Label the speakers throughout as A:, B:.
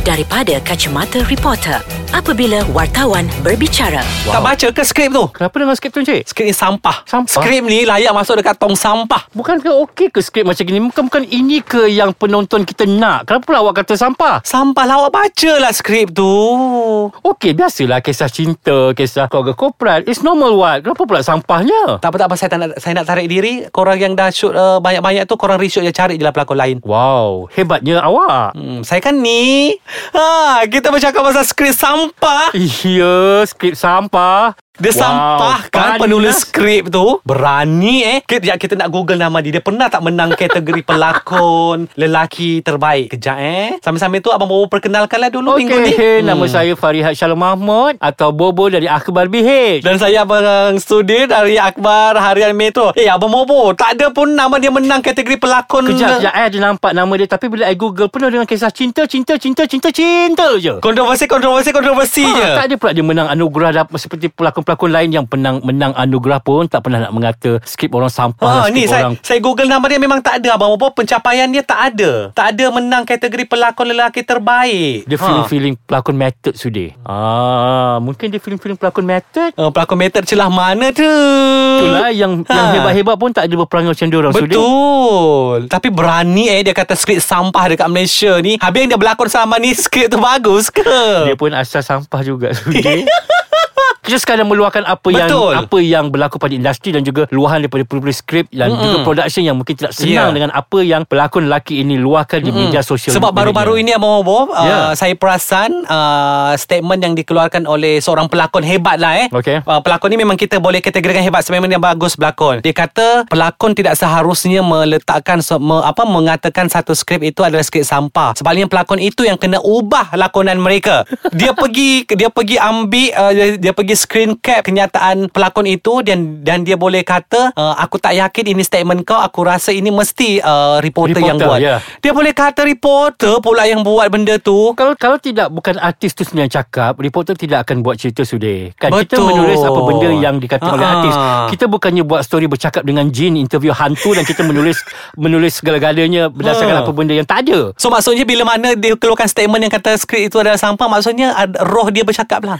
A: daripada kacamata reporter apabila wartawan berbicara.
B: Wow. Tak baca ke skrip tu?
C: Kenapa dengan skrip tu Encik?
B: Skrip ni sampah.
C: Sampah?
B: Skrip ni layak masuk dekat tong sampah.
C: Bukan ke okey ke skrip macam gini? Bukan bukan ini ke yang penonton kita nak? Kenapa pula awak kata sampah?
B: Sampah lah awak baca lah skrip tu.
C: Okey, biasalah kisah cinta, kisah keluarga korporat. It's normal what? Kenapa pula sampahnya?
B: Tak apa tak apa saya tak nak, saya nak tarik diri. Korang yang dah shoot uh, banyak-banyak tu korang reshoot je cari je lah pelakon lain.
C: Wow, hebatnya awak.
B: Hmm, saya kan ni. Ha, kita bercakap pasal skrip sampah.
C: Iya, skrip sampah.
B: Dia wow, sampahkan
C: panas.
B: penulis skrip tu Berani eh Kejap kita nak google nama dia Dia pernah tak menang kategori pelakon Lelaki terbaik Kejap eh Sambil-sambil tu Abang Bobo perkenalkanlah dulu minggu ni Hmm.
C: Okey, nama saya Farihat Shalom Mahmud atau Bobo dari Akhbar BH.
B: Dan saya Abang Sudir dari Akbar Harian Metro Eh Abang Bobo Tak ada pun nama dia menang kategori pelakon
C: Kejap, kejap. I ada nampak nama dia tapi bila I Google penuh dengan kisah cinta, cinta, cinta, cinta, cinta je.
B: Kontroversi, kontroversi, kontroversi
C: Ha,
B: je
C: tak ada pula dia menang anugerah dah, seperti pelakon-pelakon lain yang penang menang anugerah pun tak pernah nak mengata skrip orang sampah
B: Ha,
C: lah,
B: ni
C: skrip
B: saya,
C: orang.
B: saya google nama dia memang tak ada Abang Bobo pencapaian dia tak ada Tak ada menang kategori pelakon lelaki terbaik
C: Dia
B: Ha.
C: feeling-feeling pelakon method sudi. Ah, mungkin dia feeling-feeling pelakon method.
B: Uh, pelakon meter celah mana tu?
C: Itulah yang yang
B: Ha.
C: hebat-hebat pun tak ada berperangai macam dia orang sudi.
B: Betul Tapi berani eh Dia kata skrip sampah Dekat Malaysia ni Habis yang dia berlakon selama ni Skrip tu bagus ke?
C: Dia pun asal sampah juga sudi. Kita sekarang meluahkan apa
B: Betul.
C: yang apa yang berlaku pada industri dan juga luahan daripada penulis skrip dan mm juga production yang mungkin tidak senang
B: Yeah.
C: dengan apa yang pelakon lelaki ini luahkan di media sosial.
B: Hmm. Sebab baru-baru ini Abang Bob
C: Ya.
B: yeah. uh, Saya perasan uh, Statement yang dikeluarkan oleh Seorang pelakon hebat lah eh
C: Okey.
B: uh, Pelakon ni memang kita boleh kategorikan hebat Sebab memang dia bagus berlakon Dia kata Pelakon tidak seharusnya meletakkan se- me- apa Mengatakan satu skrip itu adalah skrip sampah Sebaliknya pelakon itu yang kena ubah lakonan mereka Dia pergi Dia pergi ambil uh, dia, dia pergi screen cap Kenyataan pelakon itu Dan dan dia boleh kata uh, Aku tak yakin ini statement kau Aku rasa ini mesti uh, reporter,
C: Reporter,
B: yang buat
C: ya.
B: dia boleh kata reporter pula yang buat benda tu.
C: kalau kalau tidak bukan artis tu sebenarnya yang cakap, reporter tidak akan buat cerita sudah. Kan kita
B: Betul.
C: menulis apa benda yang dikatakan oleh
B: Ah.
C: artis. Kita bukannya buat story bercakap dengan jin, interview hantu dan kita menulis menulis segala-galanya berdasarkan
B: Ah.
C: apa benda yang tak ada.
B: So maksudnya bila mana dia keluarkan statement yang kata skrip itu adalah sampah, maksudnya ad- roh dia bercakap lah.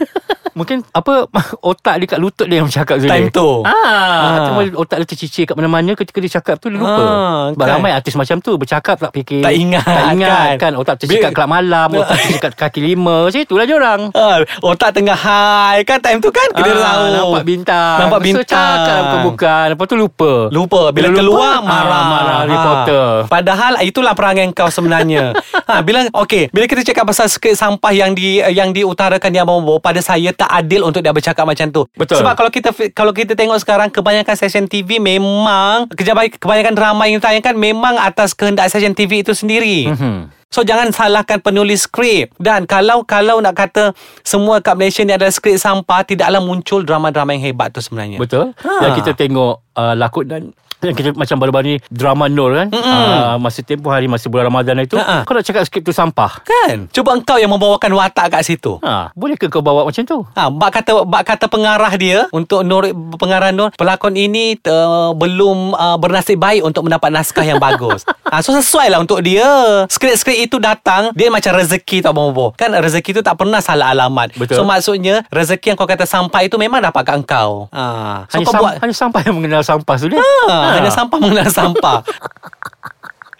C: Mungkin apa otak dia kat lutut dia yang bercakap Zul.
B: Time tu.
C: Ah,
B: Ah.
C: cuma otak dia tercicir kat mana-mana ketika dia cakap tu dia lupa.
B: Ah,
C: Sebab
B: kan.
C: ramai artis macam tu bercakap tak fikir.
B: Tak ingat,
C: Tak ingat kan.
B: kan.
C: Otak tercicir kat
B: Bil-
C: kelab malam, otak tercicir kat kaki lima. Macam itulah dia orang.
B: Ah, otak tengah high kan time tu kan kita
C: Ah,
B: tahu.
C: Nampak bintang
B: Nampak
C: So, cakap
B: bintang.
C: bukan-bukan Lepas tu lupa
B: Lupa Bila
C: Bila lupa,
B: keluar
C: ah,
B: Marah
C: marah
B: Ah.
C: reporter.
B: Padahal Itulah perangai kau sebenarnya ha, Bila Okay Bila kita cakap pasal skrip sampah Yang di yang diutarakan Yang bawa pada saya Tak adil untuk dia bercakap macam tu
C: Betul.
B: Sebab kalau kita Kalau kita tengok sekarang Kebanyakan stesen TV Memang kejabai- Kebanyakan drama yang ditayangkan Memang atas kehendak stesen TV itu sendiri
C: Mhm.
B: So jangan salahkan penulis skrip Dan kalau kalau nak kata Semua kat Malaysia ni adalah skrip sampah Tidaklah muncul drama-drama yang hebat tu sebenarnya
C: Betul ha.
B: Ha.
C: Yang kita tengok uh, Lakonan yang kita macam baru-baru ni drama Nur kan uh, masa tempoh hari masa bulan Ramadan itu
B: Ha-ha.
C: kau nak cakap skrip tu sampah
B: Kan? Cuba engkau yang membawakan watak kat situ.
C: ha boleh ke kau bawa macam tu
B: Ha, bak kata bak kata pengarah dia untuk Nur pengarah Nur pelakon ini uh, belum uh, bernasib baik untuk mendapat naskah yang bagus. Ha, so sesuai lah untuk dia. Skrip-skrip itu datang dia macam rezeki tau Abang Bobo. Kan rezeki tu tak pernah salah alamat.
C: Betul.
B: So maksudnya rezeki yang kau kata sampai itu memang dapat kat engkau. Ha, so
C: hanya,
B: kau
C: sam-
B: buat
C: hanya sampah yang mengenal sampah tu dia
B: ha, hanya sampah mengenal sampah.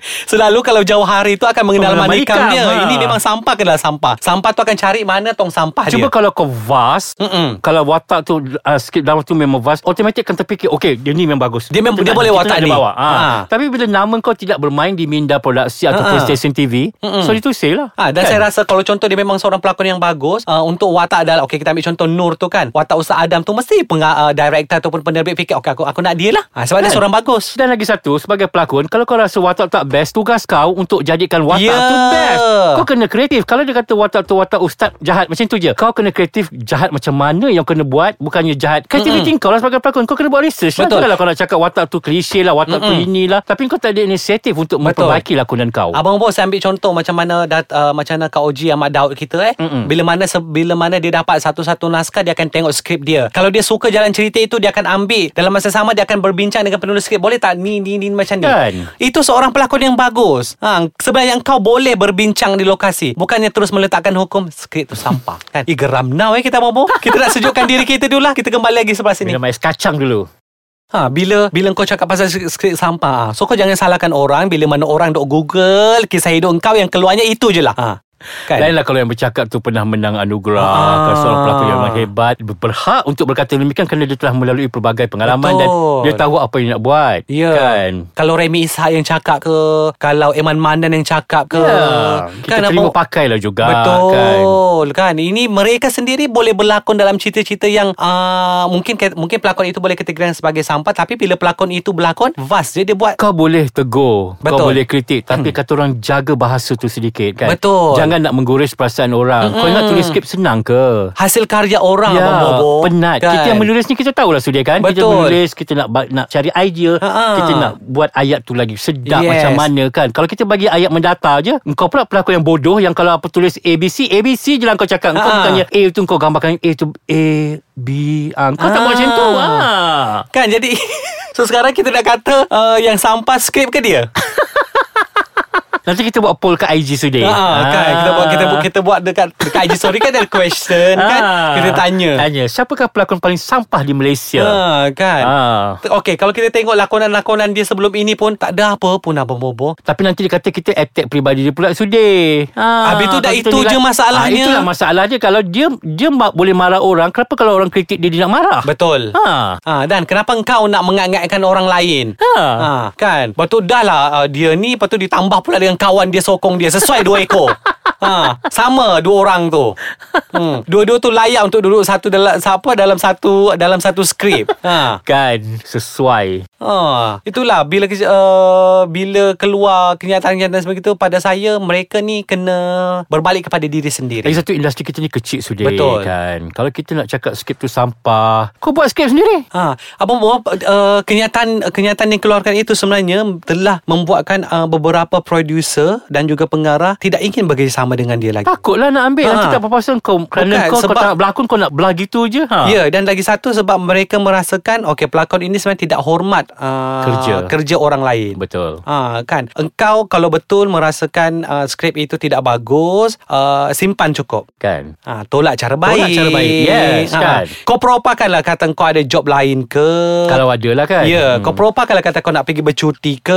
B: Selalu kalau jauh hari tu akan mengenal
C: Mengenal
B: manikam
C: manikam,
B: dia.
C: ha.
B: Ini memang sampah kenal sampah. Sampah tu akan cari mana tong sampah dia.
C: Cuba kalau kau vast
B: Mm-mm.
C: Kalau watak tu uh, Skrip dalam tu memang vast Automatik akan terfikir Okay dia ni memang bagus
B: Dia mem-
C: Kita
B: dia
C: nak-
B: boleh
C: kita
B: watak
C: nak dia
B: ni.
C: bawa. Ha.
B: Ha.
C: Tapi bila nama kau tidak bermain Di minda produksi Ataupun
B: Ha-ha.
C: stesen TV Mm-mm. So itu say lah
B: Ah, dan saya rasa kalau contoh dia memang seorang pelakon yang bagus uh, untuk watak dalam okey kita ambil contoh Nur tu kan. Watak Ustaz Adam tu mesti peng, uh, director ataupun penerbit fikir okey aku aku nak dia lah. Ah, sebab dia
C: Kan?
B: seorang bagus.
C: dan lagi satu Sebagai pelakon Kalau kau rasa watak tak best Tugas kau untuk jadikan watak
B: Ya.
C: tu best Kau kena kreatif Kalau dia kata watak tu Watak ustaz jahat Macam tu je Kau kena kreatif Jahat macam mana yang kena buat Bukannya jahat Kreativiti kau lah sebagai pelakon Kau kena buat research
B: Betul.
C: lah Janganlah kau nak cakap watak tu klise lah Watak tu inilah Tapi kau tak ada inisiatif Untuk
B: Betul.
C: memperbaiki lakonan kau
B: Abang Bos saya ambil contoh macam mana dat, uh, macam mana Kak Oji Ahmad Daud kita eh.
C: Mm-mm.
B: Bila mana se- bila mana dia dapat satu-satu naskah dia akan tengok skrip dia. Kalau dia suka jalan cerita itu dia akan ambil. Dalam masa sama dia akan berbincang dengan penulis skrip. Boleh tak ni ni ni macam ni.
C: Kan?
B: Itu seorang pelakon pelakon yang bagus ha, Sebenarnya kau boleh berbincang di lokasi Bukannya terus meletakkan hukum Skrip tu sampah kan Eh geram now eh kita bobo Kita nak sejukkan diri kita dulu lah Kita kembali lagi sebelah sini
C: Minum ais kacang dulu
B: ha, Bila bila kau cakap pasal skrip skrip sampah ha, So kau jangan salahkan orang Bila mana orang duk google Kisah hidup kau yang keluarnya itu je lah ha,
C: kan? Lainlah kalau yang bercakap tu Pernah menang anugerah
B: Ah.
C: ah. Seorang pelakon yang memang hebat Berhak untuk berkata demikian Kerana dia telah melalui Pelbagai pengalaman
B: Betul.
C: Dan dia tahu apa yang nak buat
B: Ya
C: Kan
B: Kalau Remy Ishak yang cakap ke Kalau Eman Mandan yang cakap ke kan
C: Ya, kita
B: apa-
C: terima pakai lah juga kan?
B: Betul kan? Ini mereka sendiri boleh berlakon dalam cerita-cerita yang uh, mungkin mungkin pelakon itu boleh kategorikan sebagai sampah tapi bila pelakon itu berlakon vast je dia buat
C: Kau boleh
B: Betul.
C: tegur
B: Hmm.
C: Kau boleh kritik Tapi kata orang Jaga bahasa tu sedikit kan
B: Betul.
C: Jangan nak menggores perasaan orang mm Kau ingat tulis skrip senang ke
B: hasil karya orang Abang Bobo.
C: Ya, penat
B: Ah, Kan?
C: kan? Kita yang menulis ni Kita tahulah sudah kan Kita
B: Betul.
C: menulis Kita nak ba- nak cari idea
B: Ha-ha.
C: Kita nak buat ayat tu lagi Sedap
B: Yes.
C: macam mana kan Kalau kita bagi ayat mendata je Kau pula pelakon yang bodoh Yang kalau apa tulis ABC ABC je lah kau cakap Kau
B: Ha-ha.
C: bukannya A tu kau gambarkan A tu A B Ah, Kau tak
B: Ah.
C: buat macam tu ah.
B: Kan jadi So sekarang kita nak kata uh, Yang sampah skrip ke dia?
C: Nanti kita buat poll kat IG sudah.
B: Ha, kan kita buat kita
C: ah.
B: buat kita buat dekat dekat IG story kan ada question kan kita tanya.
C: Tanya, siapakah pelakon paling sampah di Malaysia?
B: Ha, kan.
C: Ah.
B: Okey, kalau kita tengok lakonan-lakonan dia sebelum ini pun tak ada apa pun Abang Bobo.
C: Tapi nanti dia kata kita attack pribadi dia pula sudah. Ha,
B: Habis tu dah
C: kalau kita
B: itu
C: nilai-
B: je masalahnya.
C: Ah, itulah masalah dia kalau dia dia ma- boleh marah orang, kenapa kalau orang kritik dia dia nak marah?
B: Betul.
C: Ha.
B: Ha, dan kenapa engkau nak mengangatkan orang lain?
C: Ha.
B: ha kan. Lepas tu dah lah uh, dia ni, lepas tu ditambah pula dengan kawan dia sokong dia. Sesuai dua ekor. ha, sama dua orang tu. Hmm, dua-dua tu layak untuk duduk satu dalam siapa dalam satu dalam satu skrip. Ha.
C: Kan sesuai.
B: ha. Itulah bila kes- uh, bila keluar kenyataan-kenyataan sebegitu pada saya mereka ni kena berbalik kepada diri sendiri.
C: Lagi satu industri kita ni kecil sudah
B: Betul.
C: kan. Kalau kita nak cakap skrip tu sampah, kau buat skrip sendiri.
B: Ha, abang Bob, uh, kenyataan kenyataan yang keluarkan itu sebenarnya telah membuatkan uh, beberapa producer dan juga pengarah tidak ingin bekerjasama dengan dia lagi.
C: Takutlah nak ambil
B: Ha.
C: Nanti tak papasan kau Kerana
B: Bukan,
C: kau, kau
B: sebab-
C: tak nak berlakon Kau nak belah gitu je ha?
B: Ya, dan lagi satu sebab mereka merasakan okey pelakon ini sebenarnya tidak hormat uh,
C: Kerja.
B: kerja orang lain.
C: Betul
B: Ha, kan engkau kalau betul merasakan uh, skrip itu tidak bagus uh, simpan cukup
C: Kan
B: ha, tolak cara
C: Tolak
B: baik Ha,
C: cara baik. Yes, kan.
B: kau propakanlah kata kau ada job lain ke
C: Kalau ada lah kan
B: Ya, yeah, hmm. kau propa kalau kata kau nak pergi bercuti ke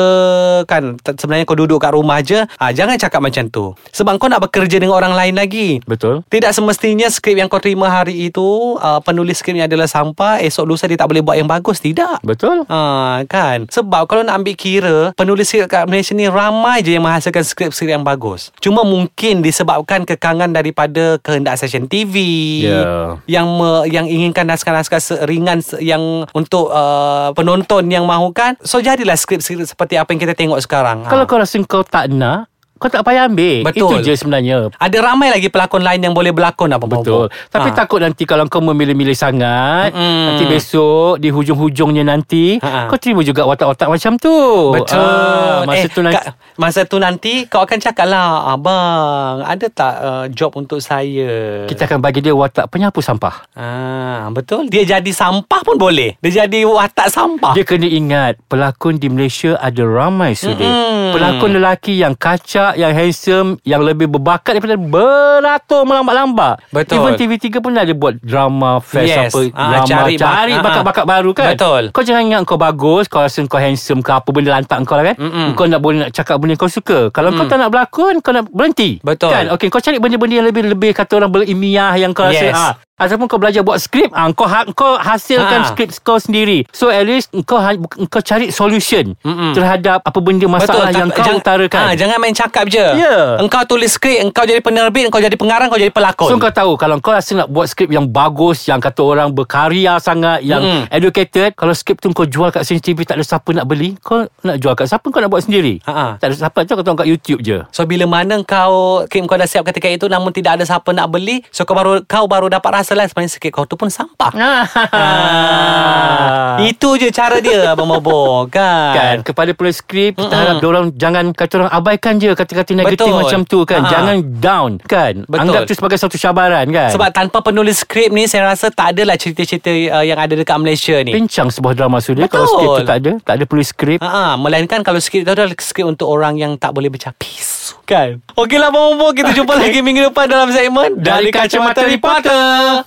B: kan t- sebenarnya kau duduk kat rumah je. Ha, jangan cakap macam tu. Sebab kau nak bekerja dengan orang lain lagi.
C: Betul
B: Tidak semestinya skrip yang kau terima hari itu uh, penulis skripnya adalah sampah, esok lusa dia tak boleh buat yang bagus, tidak.
C: Betul
B: Ha, kan Sebab kalau nak ambil kira Penulis skrip kat Malaysia ni Ramai je yang menghasilkan skrip-skrip yang bagus Cuma mungkin disebabkan kekangan daripada Kehendak stesen TV
C: Ya.
B: Yang me, yang inginkan naskah-naskah se- ringan se- Yang untuk uh, penonton yang mahukan So jadilah skrip-skrip seperti apa yang kita tengok sekarang Ha.
C: Kalau kau rasa kau tak nak Kau tak payah ambil
B: Ah. Betul.
C: Itu je sebenarnya
B: Ada ramai lagi pelakon lain yang boleh berlakon apa
C: Betul Tapi
B: Ha.
C: takut nanti Kalau kau memilih-milih sangat
B: Mm-mm.
C: Nanti besok Di hujung-hujungnya nanti
B: Ha-ha.
C: Kau terima juga watak-watak macam tu
B: Betul.
C: Ah, Masa
B: Oh, eh,
C: tu nanti
B: Kak, masa tu nanti kau akan cakap lah, abang, ada tak uh, job untuk saya?
C: Kita akan bagi dia watak penyapu sampah
B: Ah, betul. Dia jadi sampah pun boleh. Dia jadi watak sampah.
C: Dia kena ingat Pelakon di Malaysia Ada ramai sudah
B: Mm-mm.
C: Pelakon lelaki yang kacak Yang handsome Yang lebih berbakat Daripada beratur melambak-lambak
B: Betul.
C: Even TV3 pun ada buat drama Fest
B: Yes.
C: apa
B: Ah,
C: Drama
B: cari
C: Cari,
B: bak- ah, ah.
C: bakat-bakat baru kan
B: Betul.
C: Kau jangan ingat kau bagus Kau rasa kau handsome ke Apa benda lantak kau lah kan
B: Mm-mm. Mm.
C: Kau nak boleh nak cakap benda yang kau suka Kalau kau tak nak berlakon Kau nak berhenti
B: Betul.
C: kan? Okay, Kau cari benda-benda yang lebih-lebih Kata orang berilmiah Yang kau rasa
B: Yes.
C: ah, Ataupun kau belajar buat skrip ah, Kau, ha- kau hasilkan
B: Ah.
C: skrip skrip kau sendiri. So at least kau ha- kau cari solution
B: Mm-mm.
C: terhadap apa benda masalah
B: tak-
C: yang kau
B: jang-
C: utarakan.
B: Ah, jangan main cakap je.
C: Ya.
B: Engkau tulis skrip, engkau jadi penerbit, engkau jadi pengarang, engkau jadi pelakon.
C: So kau tahu Kalau kau rasa nak buat skrip yang bagus Yang kata orang berkarya sangat Yang
B: Mm-mm.
C: educated Kalau skrip tu kau jual kat CCTV Tak ada siapa nak beli Kau nak jual kat siapa Kau nak buat sendiri
B: Ha-ha.
C: Tak ada siapa Kau tengok kat YouTube je
B: So bila mana kau skrip kau dah siap ketika itu namun tidak ada siapa nak beli, so kau baru kau baru dapat rasa selang sebenarnya sikit kau tu pun sampah.
C: Ah.
B: Ah. Itu je cara dia Abang Bobo
C: kan
B: kan. kan.
C: kepada penulis skrip kita harap dorang jangan kata orang abaikan je kata-kata negatif
B: Betul.
C: macam tu kan
B: Ha.
C: jangan down kan
B: Betul.
C: anggap tu sebagai satu cabaran kan
B: Sebab tanpa penulis skrip ni Saya rasa tak adalah cerita-cerita uh, Yang ada dekat Malaysia ni
C: pincang sebuah drama suria
B: Betul.
C: kalau skrip tu tak ada tak ada penulis skrip
B: Ha, melainkan kalau skrip tu adalah skrip untuk orang yang tak boleh baca pisu. Kan? Okeylah Abang Bobo, kita jumpa lagi minggu depan dalam segmen
C: Dari Kacamata Reporter.